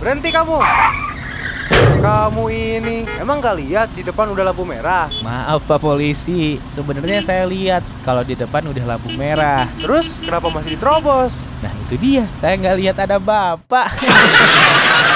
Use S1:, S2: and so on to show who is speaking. S1: Berhenti kamu. Kamu ini emang nggak lihat di depan udah lampu merah.
S2: Maaf Pak Polisi, sebenarnya saya lihat kalau di depan udah lampu merah.
S1: Terus kenapa masih diterobos?
S2: Nah itu dia, saya nggak lihat ada bapak.